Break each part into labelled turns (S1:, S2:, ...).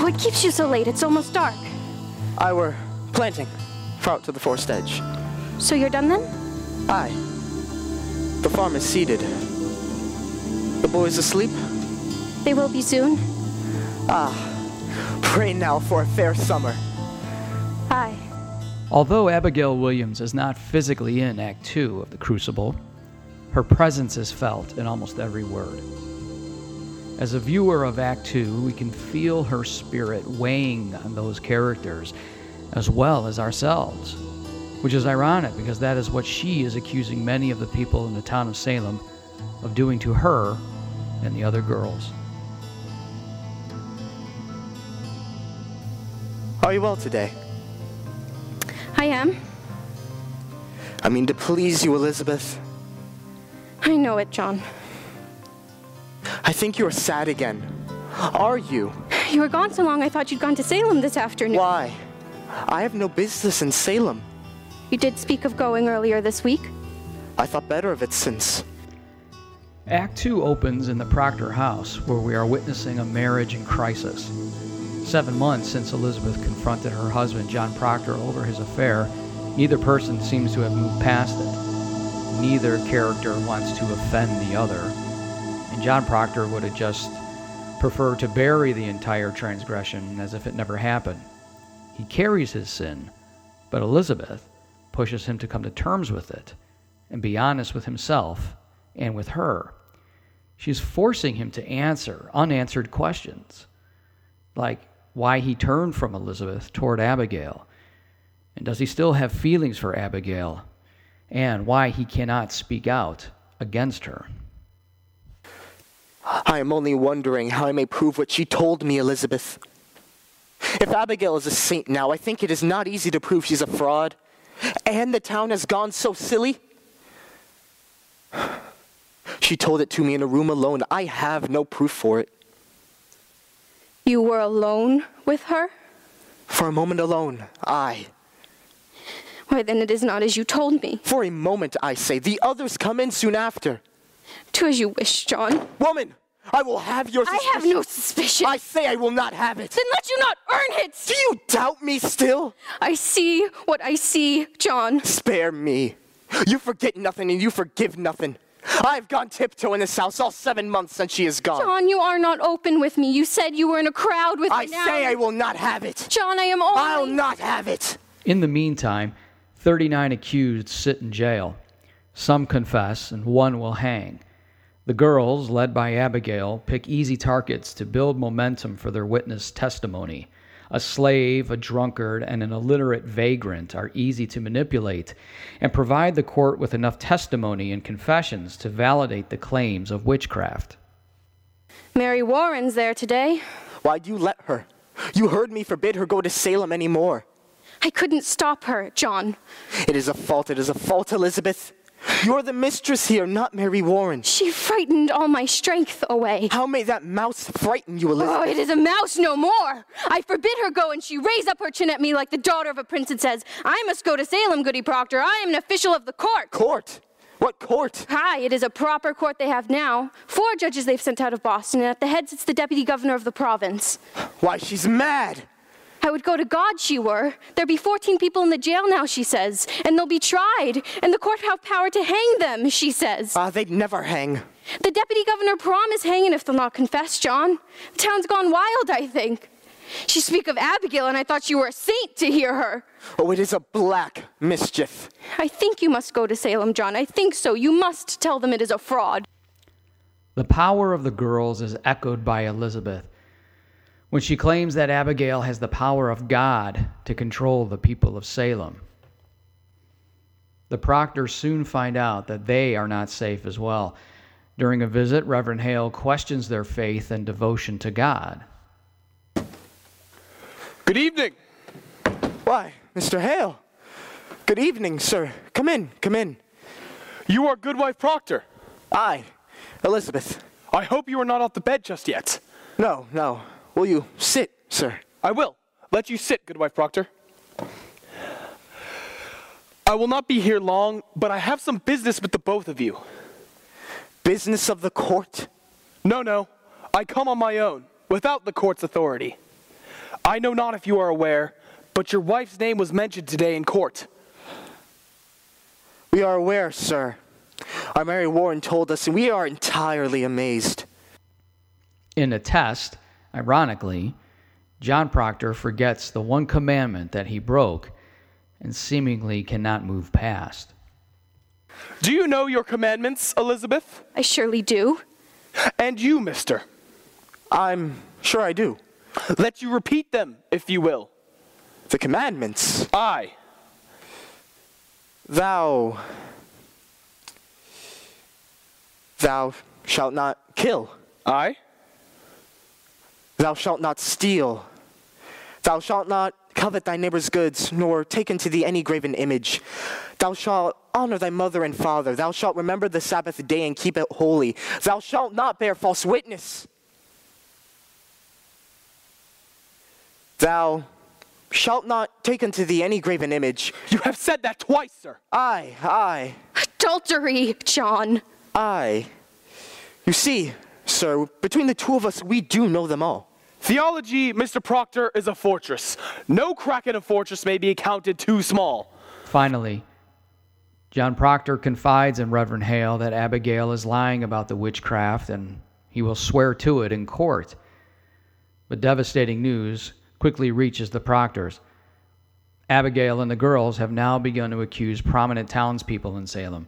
S1: Oh, keeps you so late? It's almost dark.
S2: I were planting for out to the forest edge.
S1: So you're done then?
S2: Aye. The farm is seeded. The boys asleep?
S1: They will be soon.
S2: Pray now for a fair summer.
S1: Aye.
S3: Although Abigail Williams is not physically in Act Two of The Crucible, her presence is felt in almost every word. As a viewer of Act Two, we can feel her spirit weighing on those characters as well as ourselves, which is ironic because that is what she is accusing many of the people in the town of Salem of doing to her and the other girls.
S2: Are you well today?
S1: I am.
S2: I mean, to please you, Elizabeth.
S1: I know it, John.
S2: I think you are sad again. Are you?
S1: You were gone so long, I thought you'd gone to Salem this afternoon.
S2: Why? I have no business in Salem.
S1: You did speak of going earlier this week.
S2: I thought better of it since.
S3: Act 2 opens in the Proctor house where we are witnessing a marriage in crisis. Seven months since Elizabeth confronted her husband, John Proctor, over his affair, neither person seems to have moved past it. Neither character wants to offend the other, and John Proctor would have just preferred to bury the entire transgression as if it never happened. He carries his sin, but Elizabeth pushes him to come to terms with it and be honest with himself and with her. She's forcing him to answer unanswered questions, like why he turned from Elizabeth toward Abigail, and does he still have feelings for Abigail, and why he cannot speak out against her.
S2: I am only wondering how I may prove what she told me, Elizabeth. If Abigail is a saint now, I think it is not easy to prove she's a fraud. And the town has gone so silly. She told it to me in a room alone. I have no proof for it.
S1: You were alone with her?
S2: For a moment alone, I.
S1: Why, then it is not as you told me.
S2: For a moment, I say. The others come in soon after.
S1: Do as you wish, John.
S2: Woman, I will have your
S1: I have
S2: suspicion.
S1: no suspicion.
S2: I say I will not have it.
S1: Then let you not earn it!
S2: Do you doubt me still?
S1: I see what I see, John.
S2: Spare me. You forget nothing and you forgive nothing. I have gone tiptoe in this house all seven months since she is gone.
S1: John, you are not open with me. You said you were in a crowd with
S2: I
S1: me now.
S2: say I will not have it.
S1: John, I am only.
S2: I'll not have it.
S3: In the meantime, 39 accused sit in jail. Some confess, and one will hang. The girls, led by Abigail, pick easy targets to build momentum for their witness testimony. A slave, a drunkard, and an illiterate vagrant are easy to manipulate and provide the court with enough testimony and confessions to validate the claims of witchcraft.
S1: Mary Warren's there today.
S2: Why'd you let her? You heard me forbid her go to Salem anymore.
S1: I couldn't stop her, John.
S2: It is a fault. It is a fault, Elizabeth. You're the mistress here, not Mary Warren.
S1: She frightened all my strength away.
S2: How may that mouse frighten you, Elizabeth?
S1: Oh, it is a mouse no more. I forbid her go, and she raised up her chin at me like the daughter of a prince and says, I must go to Salem, Goody Proctor. I am an official of the court.
S2: Court? What court?
S1: Aye, it is a proper court they have now. Four judges they've sent out of Boston, and at the head sits the deputy governor of the province.
S2: Why, she's mad.
S1: I would go to God, she were. There be 14 people in the jail now, she says, and they'll be tried, and the court have power to hang them, she says.
S2: Ah, they'd never hang.
S1: The deputy governor promised hanging if they'll not confess, John. The town's gone wild, I think. She speak of Abigail, and I thought you were a saint to hear her.
S2: Oh, it is a black mischief.
S1: I think you must go to Salem, John. I think so. You must tell them it is a fraud.
S3: The power of the girls is echoed by Elizabeth when she claims that Abigail has the power of God to control the people of Salem. The proctors soon find out that they are not safe as well. During a visit, Reverend Hale questions their faith and devotion to God.
S4: Good evening.
S2: Why, Mr. Hale. Good evening, sir. Come in, come in.
S4: You are Goodwife Proctor.
S2: I, Elizabeth.
S4: I hope you are not off the bed just yet.
S2: No, no. Will you sit, sir?
S4: I will. Let you sit, Goodwife Proctor. I will not be here long, but I have some business with the both of you.
S2: Business of the court?
S4: No, no. I come on my own, without the court's authority. I know not if you are aware, but your wife's name was mentioned today in court.
S2: We are aware, sir. Our Mary Warren told us, and we are entirely amazed.
S3: In the test, ironically, John Proctor forgets the one commandment that he broke and seemingly cannot move past.
S4: Do you know your commandments, Elizabeth?
S1: I surely do.
S4: And you, mister.
S2: I'm sure I do.
S4: Let you repeat them, if you will.
S2: The commandments.
S4: Aye.
S2: Thou. Thou shalt not kill.
S4: Aye.
S2: Thou shalt not steal. Thou shalt not covet thy neighbor's goods, nor take unto thee any graven image. Thou shalt honor thy mother and father. Thou shalt remember the Sabbath day and keep it holy. Thou shalt not bear false witness. Thou shalt not take unto thee any graven image.
S4: You have said that twice, sir.
S2: Aye, aye,
S1: Adultery, John.
S2: aye. You see, sir, between the two of us, we do know them all.
S4: Theology, Mr. Proctor, is a fortress. No crack in a fortress may be accounted too small.
S3: Finally, John Proctor confides in Reverend Hale that Abigail is lying about the witchcraft and he will swear to it in court. But devastating news quickly reaches the Proctors. Abigail and the girls have now begun to accuse prominent townspeople in Salem,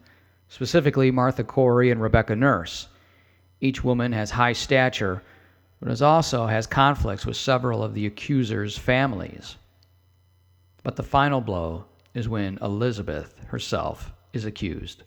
S3: specifically Martha Corey and Rebecca Nurse. Each woman has high stature, but is also has conflicts with several of the accusers' families. But the final blow is when Elizabeth herself is accused.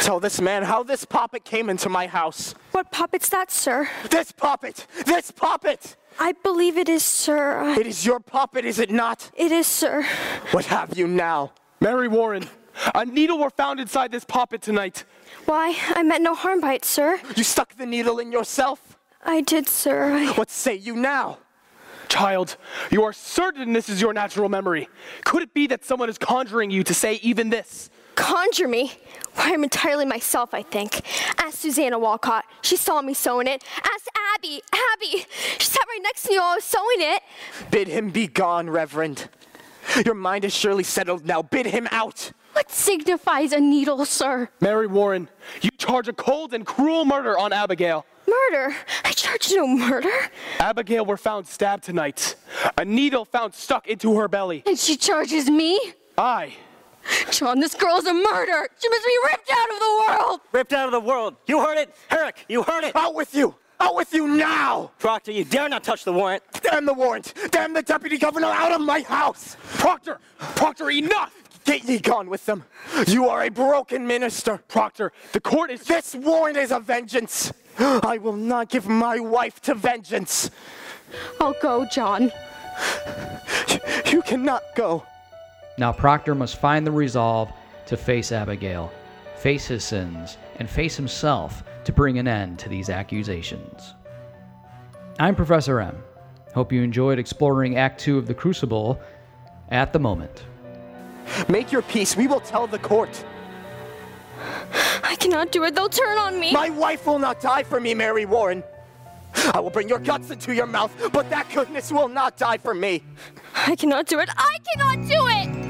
S2: Tell this man how this poppet came into my house.
S5: What puppet's that, sir?
S2: This poppet! This poppet!
S5: I believe it is, sir.
S2: It is your poppet, is it not?
S5: It is, sir.
S2: What have you now?
S4: Mary Warren, a needle were found inside this poppet tonight.
S5: Why, I meant no harm by it, sir.
S2: You stuck the needle in yourself?
S5: I did, sir. I,
S2: What say you now?
S4: Child, you are certain this is your natural memory. Could it be that someone is conjuring you to say even this?
S5: conjure me. Why, I'm entirely myself, I think. Ask Susanna Walcott. She saw me sewing it. Ask Abby. Abby. She sat right next to me while I was sewing it.
S2: Bid him be gone, Reverend. Your mind is surely settled now. Bid him out.
S1: What signifies a needle, sir?
S4: Mary Warren, you charge a cold and cruel murder on Abigail.
S5: Murder. I charge no murder.
S4: Abigail were found stabbed tonight. A needle found stuck into her belly.
S1: And she charges me?
S4: Aye.
S1: John, this girl's a murderer. She must be ripped out of the world.
S6: ripped out of the world. You heard it, Herrick. You heard it.
S2: Out with you! Out with you now!
S6: Proctor, you dare not touch the warrant.
S2: Damn the warrant! Damn the deputy governor out of my house!
S4: Proctor! Proctor, enough!
S2: Get ye gone with them! You are a broken minister!
S4: Proctor, the court is.
S2: This warrant is a vengeance! I will not give my wife to vengeance!
S1: I'll go, John.
S2: You- You cannot go!
S3: Now Proctor must find the resolve to face Abigail, face his sins, and face himself to bring an end to these accusations. I'm Professor M. Hope you enjoyed exploring Act 2 of The Crucible at the moment.
S2: Make your peace, we will tell the court!
S5: I cannot do it. They'll turn on me.
S2: My wife will not die for me, Mary Warren. I will bring your guts into your mouth, but that goodness will not die for me.
S5: I cannot do it. I cannot do it.